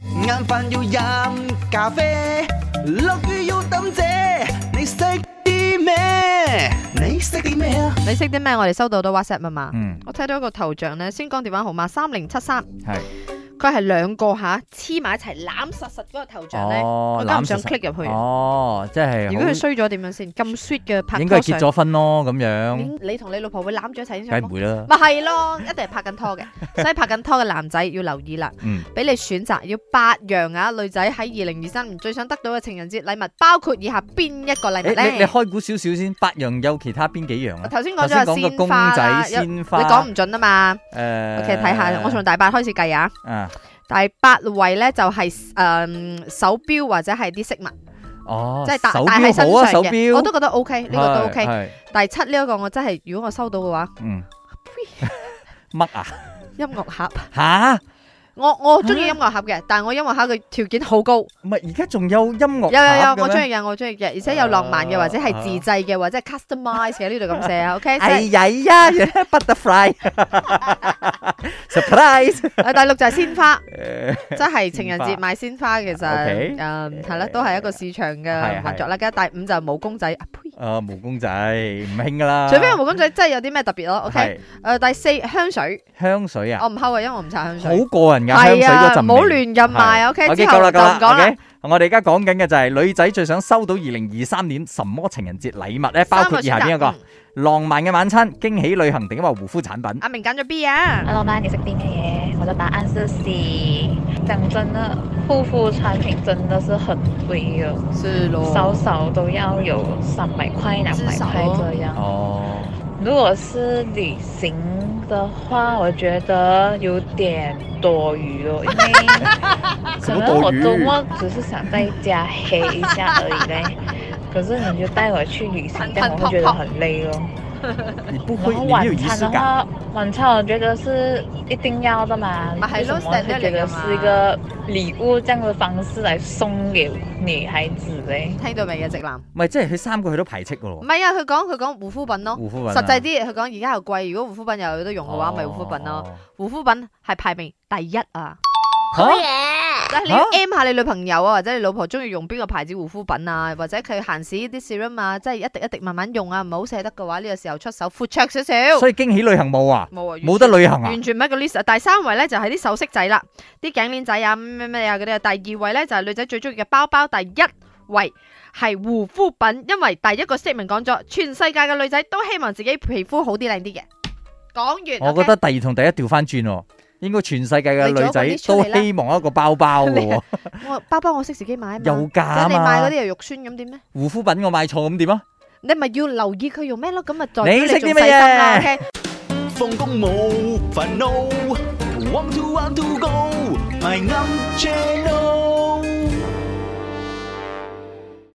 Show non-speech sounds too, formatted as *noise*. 晏飯要飲咖啡，落雨要抌遮，你識啲咩？你識啲咩啊？你識啲咩？我哋收到到 WhatsApp 啊嘛。嗯，我睇到一個頭像咧，先講電話號碼三零七三，系，佢係兩個吓黐埋一齊攬實實嗰個頭像咧，哦我梗唔想攬實實 click 入去啊。哦，即係如果佢好衰咗點樣先？咁 sweet 嘅拍應該拖係相，結咗婚咯，咁樣，你你同你老婆會攬住一齊影梗相係唔嗎？會啦，咪係咯，一定係拍緊拖 *laughs* 嘅，所以拍緊拖嘅男仔要留意啦， *laughs* 嗯，俾你選擇要八樣啊，女仔喺二零二三年最想得到嘅情人節禮物，包括以下邊一個禮你物你你咧？開估少少先，八樣有其他邊幾樣我啊？頭先講頭咗係先講個鮮公花啦，仔、有鮮你花，講唔準啊嘛。诶 OK，睇呃下，我從第八開始計啊。啊，第八位咧就係誒手錶或者係啲飾物，哦，即係戴手戴喺錶身好啊，上手嘅，錶我都覺得 OK，呢個都 OK。係係第七呢一個我真係，如果我收到嘅話，嗯， *laughs* 乜啊？音樂盒，吓，我我中意音樂盒啊嘅，但係我音樂盒嘅條件好高，有唔係而家仲有音樂有有，盒嘅我咩啊中意嘅，我中意嘅，而且有浪漫嘅，或者係自製嘅，或者係 customise 嘅，呢度咁寫啊，OK 即哎係。呀呀，butterfly *laughs* surprise，誒呃第六就係鮮花， *laughs* 誒即係情人鮮節買鮮花其實 OK 誒係啦，都係一個市場嘅係運作啦。跟住第五就係冇公仔，啊呸啊毛公仔唔興噶啦，除非冇公仔真係有啲咩特別咯。OK，啊誒係第四香水。香水啊，我唔抠啊，因為我唔擦香好水。過人㗎香水係啊嗰陣唔好味亂咁賣係 OK， OK，之後夠啦就夠啦唔講啦 OK，我哋而家講緊嘅就係女仔最想收到二零二三年什麼情人節禮物咧，包括以下邊一個三？選擇？嗯浪漫嘅晚餐、驚喜旅行定係話護膚產品？阿明揀咗 B 啊，阿老板，你食啲咩嘢？我的答案是 C。讲真的，护肤产品真的是很贵的，是少少都要有三百块、两至百少块哦这样。哦，如果是旅行的话，我觉得有点多余哦了，因 *laughs* 为可能我周末只是想在家黑一下而已嘞。可是你就带我去旅行，*laughs* 这样我会觉得很累咯。你不然會，后你沒有晚儀餐式的感。话，晚餐我觉得是一定要的嘛，嘛为什么会觉得是一个礼物这样的方式来送给女孩子嘞？聽到未嘅直男？唔係，即係佢三個佢都排斥嘅唔喎。係啊，佢講佢講護膚品咯，護膚品哦啊實際啲佢講而家又貴，如果護膚品又有得用嘅話，咪護膚品咯。哦。護膚品係排名第一啊！嚇但係你要 M 下你女朋友啊，或者你老婆中意用邊個牌子護膚品啊，或者佢閒時啲 serum 啊，即係一滴一滴慢慢用啊，唔好捨得嘅話，呢個時候出手闊綽少少。所以驚喜旅行冇啊，冇啊，完冇得旅行啊。完全唔係一個 list 啊。第三位咧就係啲首飾仔啦，啲頸鏈仔啊，咩咩啊嗰啲啊。第二位咧就係女仔最中意嘅包包，第一位係護膚品，因為第一個 statement 講咗，全世界嘅女仔都希望自己皮膚好啲、靚啲嘅。講完，我覺得第二同第一調翻轉喎，應該全世界嘅女仔你做一個 list 出都嚟啦啊希望一個包包 *laughs* 嘅喎， OK？我包包我識自己買啊嘛，有價咁啊你買嗰嘛啲。又肉酸咁點咧？護膚品我買錯咁點啊？你咪要留意佢用咩咯，咁咪再你識啲仲乜細心啦嘢，OK？放工冇煩惱，want to want to go，咪啱 channel。